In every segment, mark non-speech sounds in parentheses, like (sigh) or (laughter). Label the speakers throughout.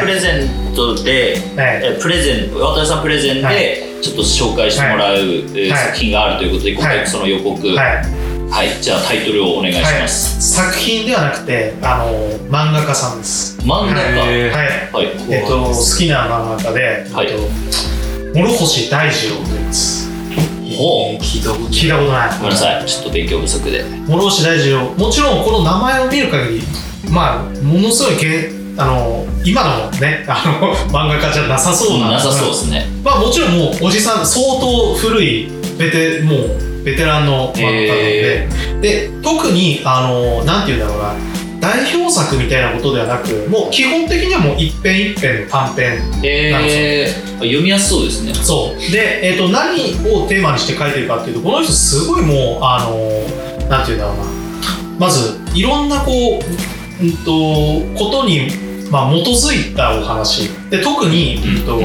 Speaker 1: プレゼントで、
Speaker 2: はい
Speaker 1: えプレゼン渡辺さんプレゼンで、
Speaker 2: はい
Speaker 1: ちょっと紹介してもらう、えー
Speaker 2: はい
Speaker 1: 作品があるということで今
Speaker 2: は
Speaker 1: 回
Speaker 2: い
Speaker 1: その予告はい、
Speaker 2: はい
Speaker 1: じゃあタイトルをお願いし
Speaker 2: は
Speaker 1: ま
Speaker 2: い、
Speaker 1: す、
Speaker 2: 作品ではなくてあの漫画家さんです、
Speaker 1: 漫画家
Speaker 2: は
Speaker 3: え
Speaker 2: い
Speaker 1: はい
Speaker 2: えっと、好きな漫画家で、
Speaker 1: はい
Speaker 2: えっと諸星大二郎と言います
Speaker 1: ほう
Speaker 3: 聞いたこと
Speaker 2: 聞いたことない
Speaker 1: ごめんなさいちょっと勉強不足で
Speaker 2: 諸星大二郎もちろんこの名前を見る限りまあものすごいけあの今のねあの漫画家じゃなさそうな
Speaker 1: なさそうですね
Speaker 2: まあもちろんもうおじさん相当古いベテもうベテランの漫画家なので、で特にあのなんていうんだろうな代表作みたいなことではなくもう基本的にはもう一編一編の短編
Speaker 1: えー、読みやすそうですね
Speaker 2: そうで、えっと何をテーマにして書いてるかっていうとこの人すごいもうあのなんていうんだろうなまずいろんなこう、うん、とことに、まあ、基づいたお話で特に、うんと
Speaker 1: 基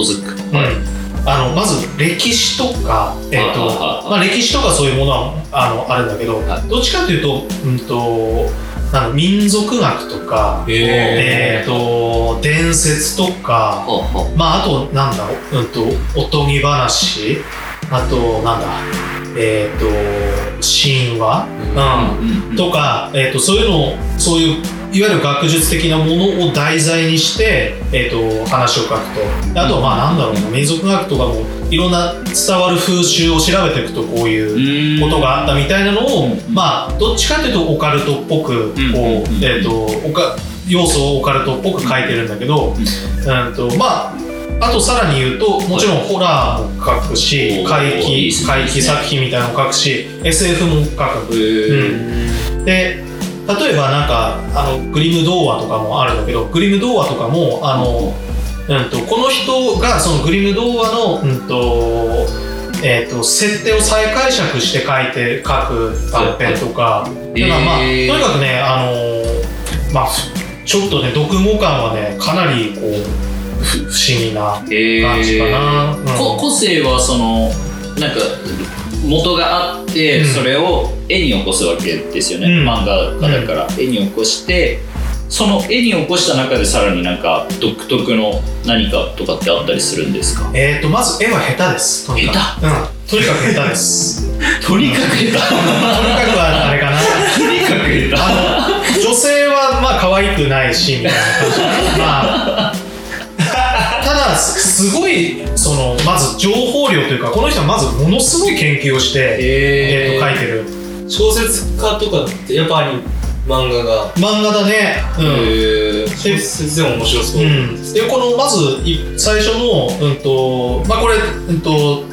Speaker 1: づく
Speaker 2: うんあのまず歴史とか、えっと
Speaker 1: はいはいはい
Speaker 2: まあ、歴史とかそういうものはあのあるんだけど、
Speaker 1: は
Speaker 2: どっちかというと,、うん、となんか民族学とか、えっ
Speaker 3: え
Speaker 2: と伝説とか、
Speaker 1: ほうほう
Speaker 2: まああとなんだろう、うんとおとぎ話あとなんだえっ、と神話、うん
Speaker 1: うんうん
Speaker 2: とか、えー、とそういうのをそういういわゆる学術的なものを題材にして、えー、と話を書くとであとはまあなんだろうな民族学とかもいろんな伝わる風習を調べていくとこういうことがあったみたいなのを、
Speaker 1: うん
Speaker 2: まあ、どっちかというとオカルトっぽくこう、
Speaker 1: うん
Speaker 2: えー、とオカ要素をオカルトっぽく書いてるんだけど、うんとまああとさらに言うともちろんホラーも書くし
Speaker 1: おー
Speaker 2: 怪
Speaker 1: いい
Speaker 2: 奇
Speaker 1: ですね
Speaker 2: 怪奇作品みたいなのも書くし SF も書くで例えばなんかあのグリム童話とかもあるんだけどグリム童話とかもあの、うん、とこの人がそのグリム童話の、うんとえー、と設定を再解釈して書いて書く短編とか、だからまあ、
Speaker 1: えー
Speaker 2: とにかくねあのまあちょっとね読後感はねかなりこうふ不思議な
Speaker 1: え
Speaker 2: 感じかなうん
Speaker 1: こ個性はそのなんか元があって、
Speaker 2: うん
Speaker 1: それを絵に起こすわけですよね、
Speaker 2: うん
Speaker 1: 漫画家だから、絵に起こしてその絵に起こした中でさらになんか独特の何かとかってあったりするんですか
Speaker 2: えー、とまず絵は下手ですとにかく、うん、とにかく下手です
Speaker 1: とにかく下
Speaker 2: とにかくはあれかな
Speaker 1: 手とにかく下
Speaker 2: あの女性はまあ可愛くないしみたいな感じでまあただすすごいそのまず情報量というかこの人はまずものすごい研究をして、えー
Speaker 3: え
Speaker 2: と書い
Speaker 3: い
Speaker 2: てる
Speaker 3: 小説家とかってやっぱり漫画が
Speaker 2: 漫画だねうん、、
Speaker 3: え小説でも面白そううん
Speaker 2: でこのまずい最初の、うんとまあ、これ、うん、と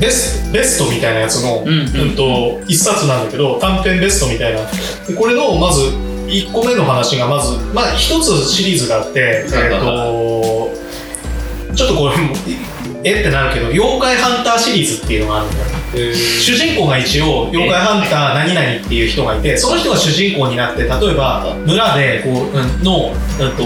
Speaker 2: ベスベストみたいなやつの、
Speaker 1: うんうん
Speaker 2: と一冊なんだけど短編ベストみたいなでこれのまず1個目の話がまず、まあ、1つシリーズがあって、えー、とちょっとこれもえってなるけど「妖怪ハンター」シリーズっていうのがあるんだよ
Speaker 3: え
Speaker 2: 主人公が一応妖怪ハンター何々っていう人がいてその人が主人公になって例えば村でこう、うん、の、うん、と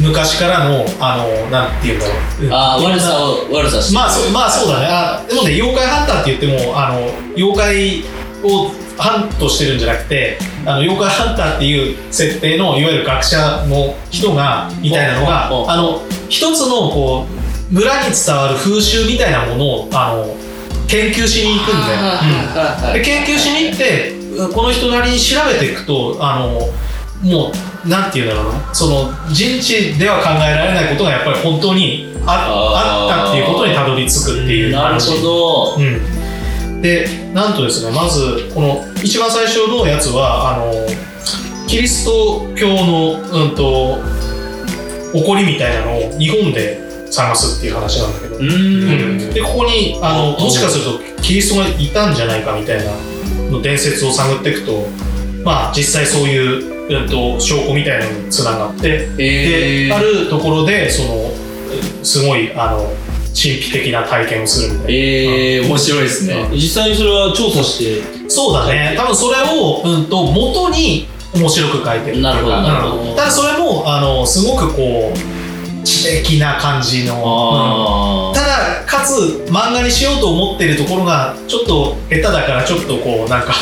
Speaker 2: 昔からのあのなんていうんだろう、うん
Speaker 1: (laughs) ああ悪さを悪さして
Speaker 2: まあそうまあそうだねあでもね妖怪ハンターって言ってもあの妖怪をハントしてるんじゃなくてあの妖怪ハンターっていう設定のいわゆる学者の人がみたいなのが
Speaker 1: ほうほうほう
Speaker 2: あの一つのこう村に伝わる風習みたいなものをあの研究しに行くんだよ。うん
Speaker 1: は
Speaker 2: で研究しに行ってうんこの人なりに調べていくとあのもうなんていうんだろうなその人知では考えられないことがやっぱり本当にあ
Speaker 1: あー
Speaker 2: あったっていうことにたどり着くっていう
Speaker 1: なる
Speaker 2: 話
Speaker 1: ほど
Speaker 2: うん、でなんとですねまずこの一番最初のやつはあのキリスト教の、うん、と起こりみたいなのを日本で探すっていう話なんだけど
Speaker 1: う、ーん
Speaker 2: でここにあのもしかするとキリストがいたんじゃないかみたいなの伝説を探っていくとまあ実際そういう、うん、と証拠みたいなのにつながって
Speaker 1: え
Speaker 2: で
Speaker 1: ー
Speaker 2: あるところでそのすごいあの神秘的な体験をするみたいな。
Speaker 1: えー面白いですね
Speaker 3: 実際にそれは調査して
Speaker 2: そうだね多分それを、うん、と元に面白く書いてるっていうか
Speaker 1: なるほどなるほど
Speaker 2: うんただそれもあのすごくこう知的な感じの、う
Speaker 1: あ
Speaker 2: ん
Speaker 1: ー
Speaker 2: ただかつ漫画にしようと思ってるところがちょっと下手だからちょっとこうなん
Speaker 3: (laughs)
Speaker 2: か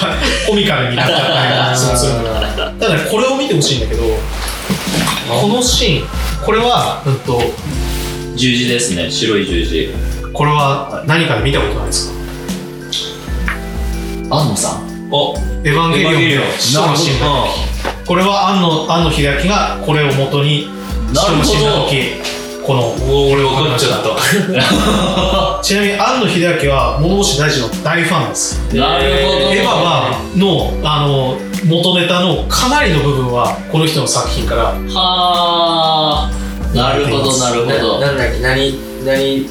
Speaker 2: コミカルになっちゃったりするんだけどただこれを見てほしいんだけどこのシーンこれは、うんと、
Speaker 1: 十字ですね白い十字
Speaker 2: これは何かで見たことないですか
Speaker 1: 安野さん
Speaker 3: お
Speaker 2: エヴァンゲ
Speaker 3: エヴァンゲ
Speaker 2: リ
Speaker 3: リ
Speaker 2: オ
Speaker 3: オ
Speaker 2: ン
Speaker 3: ン
Speaker 2: 使徒の神話これは庵野庵野秀明がこれを元に使徒の神話を受けこの
Speaker 3: お俺分かっちゃった
Speaker 2: ちなみに庵野秀明は物干し大臣の大ファンです
Speaker 1: なるほど
Speaker 2: エヴァはのあの元ネタのかなりの部分はこの人の作品から
Speaker 1: はあなるほどなるほど
Speaker 3: ななんだっけ何何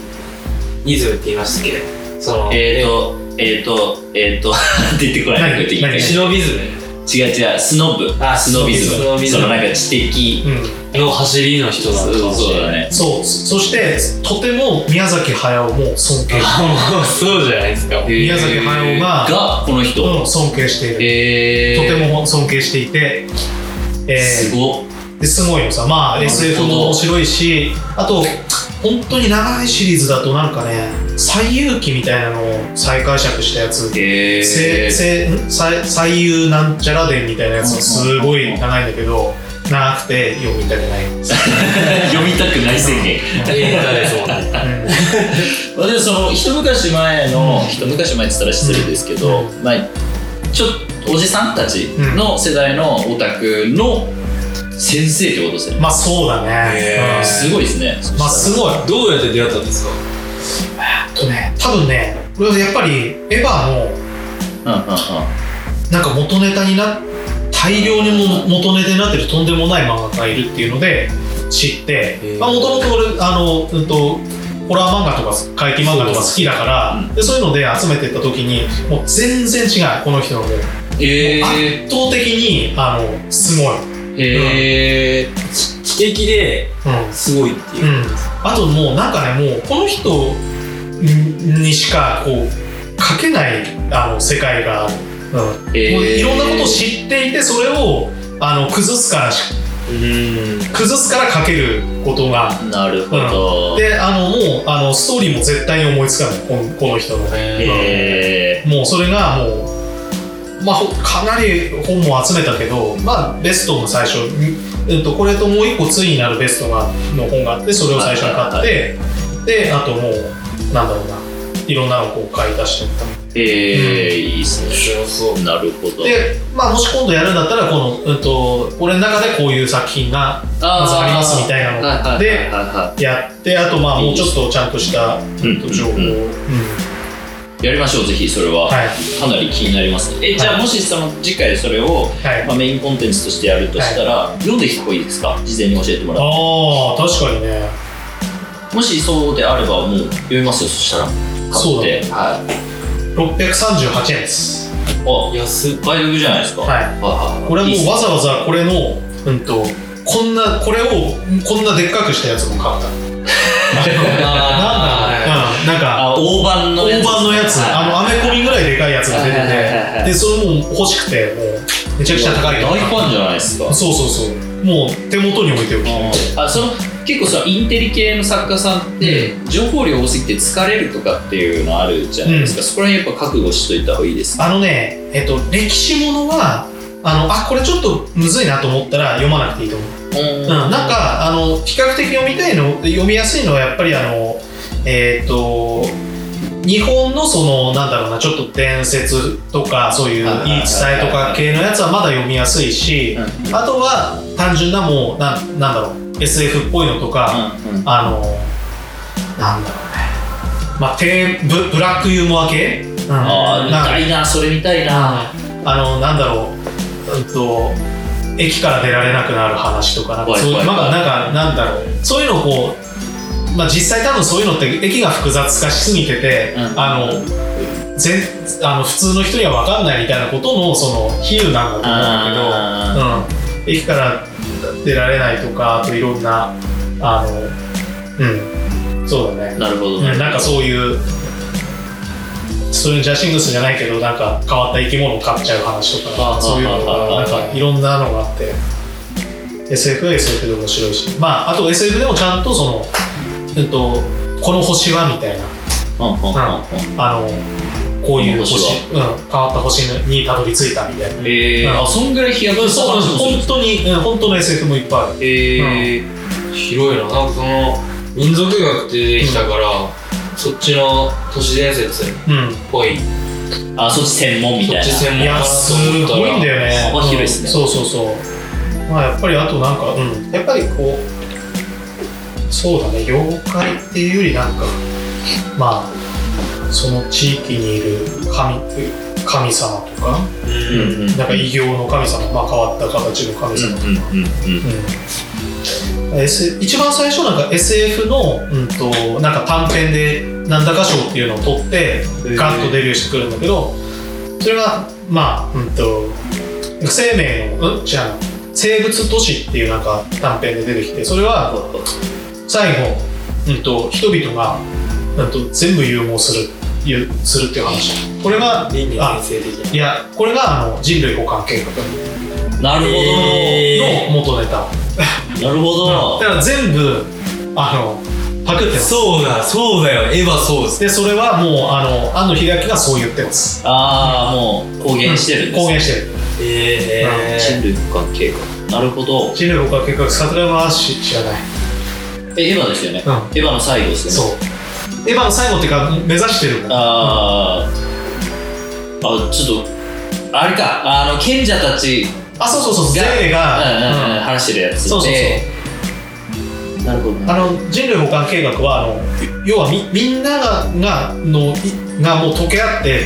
Speaker 3: イズムって言いましたっけその
Speaker 1: えーとえーとえーと (laughs) 出てこない
Speaker 2: 何何
Speaker 1: 違
Speaker 3: 忍びズ
Speaker 1: う違うスノブ
Speaker 3: あ
Speaker 1: スノビズ
Speaker 3: スノ
Speaker 1: ム
Speaker 3: ビズ
Speaker 1: そ
Speaker 3: ム
Speaker 1: のなんか知的
Speaker 2: うん
Speaker 3: ムの走りの人な
Speaker 1: そ
Speaker 3: の
Speaker 1: う
Speaker 3: かもし
Speaker 1: そう
Speaker 3: れ
Speaker 1: だ
Speaker 3: ない
Speaker 1: ね
Speaker 2: そうそしてとても宮崎駿も尊
Speaker 1: (laughs)
Speaker 2: 敬
Speaker 3: あそうじゃないですか
Speaker 2: 宮崎駿が
Speaker 1: がこの人
Speaker 2: うん尊敬している、
Speaker 1: えー
Speaker 2: とても尊敬していて、えー
Speaker 1: すごっ
Speaker 2: ですごいよさまあ
Speaker 1: なるほど
Speaker 2: SF も面白いしあと本当に長いシリーズだとなんかね「西遊記」みたいなのを再解釈したやつ
Speaker 1: え
Speaker 2: せ
Speaker 1: ー
Speaker 2: せん最最優なんちゃら伝みたいなやつがすごい長いんだけど長くて読みたくない、
Speaker 1: (laughs) 読みたくない宣言
Speaker 3: 映画ですもんね
Speaker 1: まあでもその一昔前の、
Speaker 2: うん
Speaker 1: 一昔前って言ったら失礼ですけど、
Speaker 2: う
Speaker 1: まあちょっとおじさんたちの世代のオタクの先生ってことですよ
Speaker 2: うん
Speaker 1: ね、
Speaker 2: まあそうだね
Speaker 3: へ、ー
Speaker 2: うん
Speaker 1: すごいですねそしたら
Speaker 2: まあすごい
Speaker 3: どうやって出会ったんですか
Speaker 2: あとね多分ねこれはやっぱりエヴァの
Speaker 1: うんうんうん
Speaker 2: なんか元ネタにな大量にも元ネタになってるとんでもない漫画家がいるっていうので知って
Speaker 3: へー
Speaker 2: まあもともと俺あの、うん、とホラー漫画とか怪奇漫画とか好きだから
Speaker 1: そう
Speaker 2: でそういうので集めてった時にもう全然違うこの人のもう圧
Speaker 1: え
Speaker 2: 倒的にあのすごい、うん、
Speaker 1: ー、えー、
Speaker 3: 知的で
Speaker 2: う
Speaker 3: すごいっていう、
Speaker 2: ん、あともうなんかねもうこの人ににしかこう書けないあの世界がある、うん
Speaker 1: えー
Speaker 2: もういろんなことを知っていてそれをあの崩すからし
Speaker 3: うん
Speaker 2: 崩すから書けることが
Speaker 1: なるほど、
Speaker 2: であのもうあのストーリーも絶対に思いつかないこのこの人の
Speaker 1: え
Speaker 2: もうそれがもうまあほかなり本も集めたけどまあベストも最初に、うん、とこれともう一個ついになるベストがの本があってそれを最初に買ってであともうなんだろうないろんなのをこう買い出していった
Speaker 1: ー、えーいいですね
Speaker 3: 白そう
Speaker 1: なるほど
Speaker 2: で、まあ、もし今度やるんだったらこの、うん、と俺の中でこういう作品がまずありますみたいなの
Speaker 1: はいはい
Speaker 2: で
Speaker 1: はいは
Speaker 2: やってあとまあもうちょっとちゃんとした
Speaker 1: いうん
Speaker 2: 情報を、
Speaker 1: うんうんやりましょうぜひそれは、
Speaker 2: はい
Speaker 1: かなり気になりますえじゃあ、
Speaker 2: はい
Speaker 1: もしその次回それを
Speaker 2: はい
Speaker 1: まあ、メインコンテンツとしてやるとしたら、読んできた方がいいですか事前に教えてもらっ
Speaker 2: ああ確かにね
Speaker 1: てもしそうであればもう読みますよそしたら買って
Speaker 2: そうだね
Speaker 1: はい
Speaker 2: 638円です
Speaker 1: あ
Speaker 3: 安っ
Speaker 1: 倍読じゃないですか
Speaker 2: はい
Speaker 1: はい
Speaker 2: これはもう
Speaker 1: っ
Speaker 2: わざわざこれのうんとこんなこれをこんなでっかくしたやつも買ったなん
Speaker 3: あ
Speaker 2: だうんなんか
Speaker 1: あ大判のや
Speaker 2: 大
Speaker 1: つ
Speaker 2: 判のやつあのアメコミぐらいでかいやつが出て
Speaker 1: はいはいはいはい
Speaker 2: てでそれもう欲しくてもうめちゃくちゃ高い
Speaker 1: 大ファンじゃないですか
Speaker 2: そうそうそうもう手元に置いておき
Speaker 1: あその結構さインテリ系の作家さんって情報量多すぎて疲れるとかっていうのあるじゃないですか、そこら辺やっぱ覚悟しといた方がいいですね
Speaker 2: あのね、えっと、歴史ものは、あの、あ、これちょっとむずいなと思ったら読まなくていいと思う。
Speaker 1: うん
Speaker 2: うん、なんか、あの、比較的読みたいの、読みやすいのはやっぱりあの、えっと、日本のその、なんだろうな、ちょっと伝説とか、そういう
Speaker 1: はいはいはい
Speaker 2: 言い
Speaker 1: はい
Speaker 2: 伝えとか系のやつはまだ読みやすいし、
Speaker 1: うん
Speaker 2: あとは単純なもう、なんなんだろう、SF っぽいのとか、
Speaker 1: うんうん
Speaker 2: あの、なんだろうね、まあ、低ブブラックユーモア系、うん、
Speaker 1: あー見
Speaker 2: なんか
Speaker 1: たいなそれ見たいな
Speaker 2: あのなんだろう、うんと駅から出られなくなる話とかなんか
Speaker 1: はい
Speaker 2: そういう
Speaker 1: はい
Speaker 2: ま
Speaker 1: は
Speaker 2: あ
Speaker 1: い
Speaker 2: なんかなんだろうそういうのをこうまあ実際多分そういうのって駅が複雑化しすぎてて、
Speaker 1: うん
Speaker 2: あの全あの普通の人には分かんないみたいなことのその比喩なんだと思うんだけど、うん、駅から出られないとかあといろんなあのうんそうだね
Speaker 1: なるほど、
Speaker 2: うん、なんかそういうそういうジャシングスじゃないけどなんか変わった生き物を飼っちゃう話と
Speaker 1: あ
Speaker 2: か
Speaker 1: あ
Speaker 2: そういうの
Speaker 1: ああ
Speaker 2: がなん
Speaker 1: あ
Speaker 2: かいろんなのがあって SF は SF で面白いしまああと SF でもちゃんとその、えっと、この星はみたいな
Speaker 1: うんうんうんうん
Speaker 2: あのこういう星
Speaker 1: こ
Speaker 2: うん、変わった星にたどり着いたみたいな。
Speaker 1: えー、あそんぐらい飛躍
Speaker 2: そうなんです
Speaker 1: そう
Speaker 2: 本当に、うん本当の SF もいっぱいある、
Speaker 1: えー
Speaker 3: 広いななんかその民族学って出てきたから、そっちの都市伝説っ
Speaker 2: う
Speaker 3: ぽい
Speaker 1: あそっち専門み
Speaker 3: そ
Speaker 1: た
Speaker 3: っ
Speaker 1: い
Speaker 3: ち
Speaker 1: な
Speaker 3: 専
Speaker 2: ん、
Speaker 3: 門
Speaker 2: い
Speaker 3: か
Speaker 2: や
Speaker 3: な
Speaker 2: す
Speaker 3: と思った
Speaker 2: ごいんだ
Speaker 3: ら
Speaker 2: よね
Speaker 1: 幅広いっすね
Speaker 2: うんそうそうそうまあやっぱりあとなんか、うん、やっぱりこうそうだね妖怪っていうよりなんかまあその地域にいる神神様とか
Speaker 1: うんうんうん
Speaker 2: なんか異形の神様、まあ、変わった形の神様とか、
Speaker 1: うん
Speaker 2: うん S 一番最初なんか SF の、うん、となんか短編でなんだか賞っていうのを取って
Speaker 3: ー
Speaker 2: ガッとデビューしてくるんだけどそれがまあうんと生命のうん違うな生物都市っていうなんか短編で出てきてそれは最後、うん、と人々が、うん、と全部融合するいうするっていう話これが
Speaker 3: 倫理
Speaker 2: あ
Speaker 3: 先生的
Speaker 2: いやこれがあの人類補完計画の
Speaker 1: なるほど、
Speaker 3: え
Speaker 2: 元ネタ、
Speaker 1: なるほど、
Speaker 2: だから全部あのパクってま
Speaker 3: な
Speaker 2: す
Speaker 3: そうだそうだよエヴァそうです
Speaker 2: でそれはもうあの安野秀明がそう言ってます
Speaker 1: ああもう公言してるんです、
Speaker 2: 公言してる
Speaker 3: ええ
Speaker 1: 人類の関係がなるほど
Speaker 2: 人類僕は結局桜はし知らない
Speaker 1: えエヴァですよね、
Speaker 2: うん
Speaker 1: エヴァの最後ですよね
Speaker 2: そうエヴァの最後っていうか目指してるんだ
Speaker 1: あーあちょっとあれかあの賢者たち
Speaker 2: あそうそうそう
Speaker 1: が
Speaker 2: ゼー
Speaker 1: うんうんうん
Speaker 2: が、
Speaker 1: 話してるやつで
Speaker 2: そうそう
Speaker 1: なるほどな
Speaker 2: あの人類補完計画はあの要はみみんなががのいがもう溶け合って、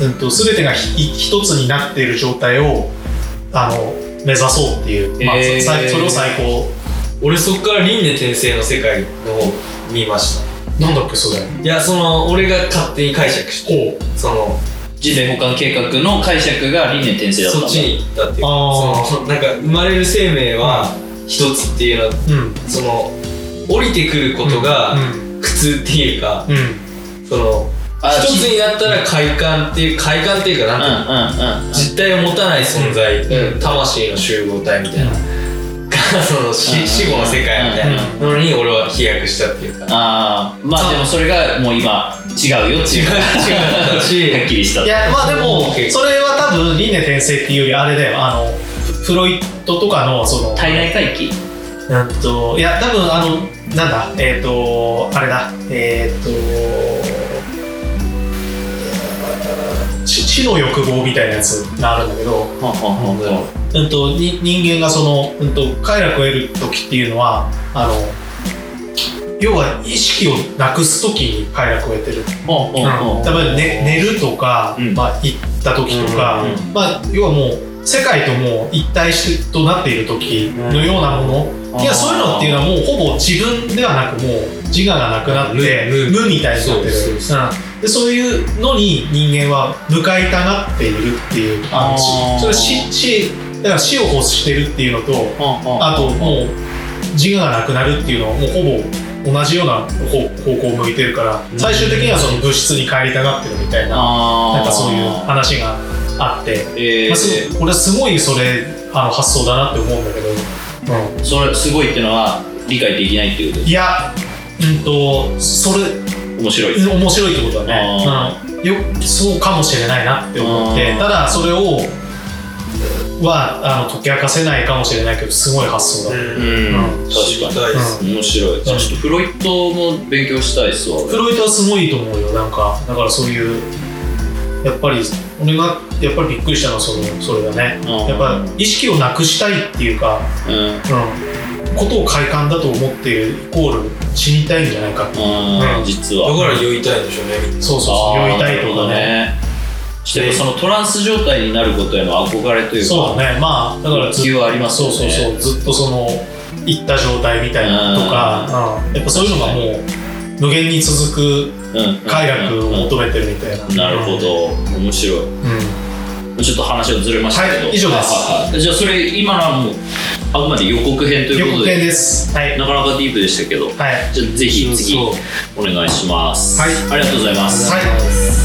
Speaker 2: うん、と全てがひ一つになっている状態をあの目指そうっていう、まあ
Speaker 3: えー
Speaker 2: さそれを最高
Speaker 3: 俺そっから輪廻転生の世界の方見まし
Speaker 2: なんだっけそれ
Speaker 3: たいやその俺が勝手に解釈し
Speaker 2: こ
Speaker 3: て
Speaker 2: う
Speaker 3: その
Speaker 1: 人類補完計画の解釈が輪廻転生だったん
Speaker 3: そ
Speaker 1: だ
Speaker 3: っちに行ったっていうか
Speaker 2: あー
Speaker 3: そのなんか生まれる生命は一つっていうのは
Speaker 2: うん
Speaker 3: その降りてくること
Speaker 2: う
Speaker 3: が
Speaker 2: ん
Speaker 3: 苦痛っていうか、
Speaker 2: うん
Speaker 3: その
Speaker 1: あ
Speaker 3: 一つになったら快感っていう快感っていうかなん
Speaker 1: う
Speaker 3: ていうの
Speaker 1: んうんうん
Speaker 3: 実体を持たない存在、
Speaker 2: うん
Speaker 3: 魂の集合体みたいな、が (laughs) その
Speaker 1: うんうん
Speaker 3: 死死後の世界みたいなのに俺は飛躍したっていうか、
Speaker 1: ああまあでもそれがもう今違うよって
Speaker 3: 違
Speaker 1: いう
Speaker 3: う違うし
Speaker 1: はっきりした
Speaker 2: いやまあでも
Speaker 3: うん
Speaker 2: それは多分輪廻転生っていうよりあれだよあのフロイトとかのその
Speaker 1: 体内回帰
Speaker 2: うんといや多分あのなんだえっ、とあれだえっ、とし死の欲望みたいなやつがあるんだけど、
Speaker 1: ははは
Speaker 3: うん
Speaker 1: は
Speaker 2: うん、とに人間がその、うん、と快楽を得る時っていうのはあの要は意識をなくす時に快楽を得てる
Speaker 1: ほうほうほう
Speaker 2: 例えば、ね、寝るとか、
Speaker 1: うん
Speaker 2: まあ、行った時とか、
Speaker 1: うんうん
Speaker 2: まあ、要はもう世界ともう一体しとなっている時のようなもの、
Speaker 1: うん
Speaker 2: いや
Speaker 1: あー
Speaker 2: そういうのっていうのはもうほぼ自分ではなくもう自我がなくなって
Speaker 3: 無
Speaker 2: 無みたいになってる
Speaker 3: そうそうそ
Speaker 2: うんでそういうのに人間は向かいたがっているっていうあ
Speaker 1: あー
Speaker 2: それは死死だから死を欲してるっていうのとあともう自我がなくなるっていうのはもうほぼ同じような方方向を向いてるから
Speaker 3: うん
Speaker 2: 最終的にはその物質に帰りたがってるみたいな
Speaker 1: あー
Speaker 2: なんかそういう話があって、
Speaker 1: え
Speaker 2: ま
Speaker 1: ー
Speaker 2: あ、す俺はすごいそれあの発想だなって思うんだけど、う
Speaker 1: それすごいっていうのは理解できないっていうこ
Speaker 2: ん、いやうんとそれ
Speaker 1: と面白い
Speaker 2: 面白いってことだ
Speaker 1: あ
Speaker 2: ね、うん、よそうかもしれないなって思って
Speaker 1: あー
Speaker 2: ただそれをはあの解き明かせないかもしれないけどすごい発想だ、
Speaker 1: う
Speaker 3: うん
Speaker 1: ん
Speaker 3: 知り
Speaker 1: 確か
Speaker 3: たいです、
Speaker 1: に面白いちょっとフロイトも勉強したいっすわ俺
Speaker 2: フロイトはすごいと思うよなんかだからそういうやっぱり俺がやっぱりびっくりしたのはそのそれだね
Speaker 1: うん
Speaker 2: やっぱ意識をなくしたいっていうか、
Speaker 1: うん
Speaker 2: うん、ことを快感だと思っているイコール死にたいんじゃないか
Speaker 1: あ
Speaker 2: うん
Speaker 1: ー実は
Speaker 3: だから酔いたいんでしょうねみんな
Speaker 2: そうそう
Speaker 1: あ
Speaker 2: そう
Speaker 1: ー
Speaker 2: 酔いたいとかね
Speaker 1: なるほどねちょっとやっぱそのトランス状態になることへの憧れというか
Speaker 2: そうだねまあだからずっ
Speaker 1: 欲求はありますよ
Speaker 2: そう
Speaker 1: ね
Speaker 2: そうそうずっとその行った状態みたいなのとか、うんやっぱそういうのがもう無限に続く
Speaker 1: うん
Speaker 2: 快楽を
Speaker 1: うん
Speaker 2: 求めてるみたいな、
Speaker 1: なるほど面白い
Speaker 2: うん、
Speaker 1: ちょっと話がずれましたけ
Speaker 2: は
Speaker 1: ど、
Speaker 2: い以上です
Speaker 1: はいはいじゃあそれ今のはもうあくまで予告編というこ
Speaker 2: 予
Speaker 1: と
Speaker 2: 告編
Speaker 1: で
Speaker 2: ですはい
Speaker 1: なかなかディープでしたけど
Speaker 2: はい
Speaker 1: じゃあぜひ次
Speaker 3: そう
Speaker 1: お願いします、
Speaker 2: はい
Speaker 1: ありがとうございます、
Speaker 2: はい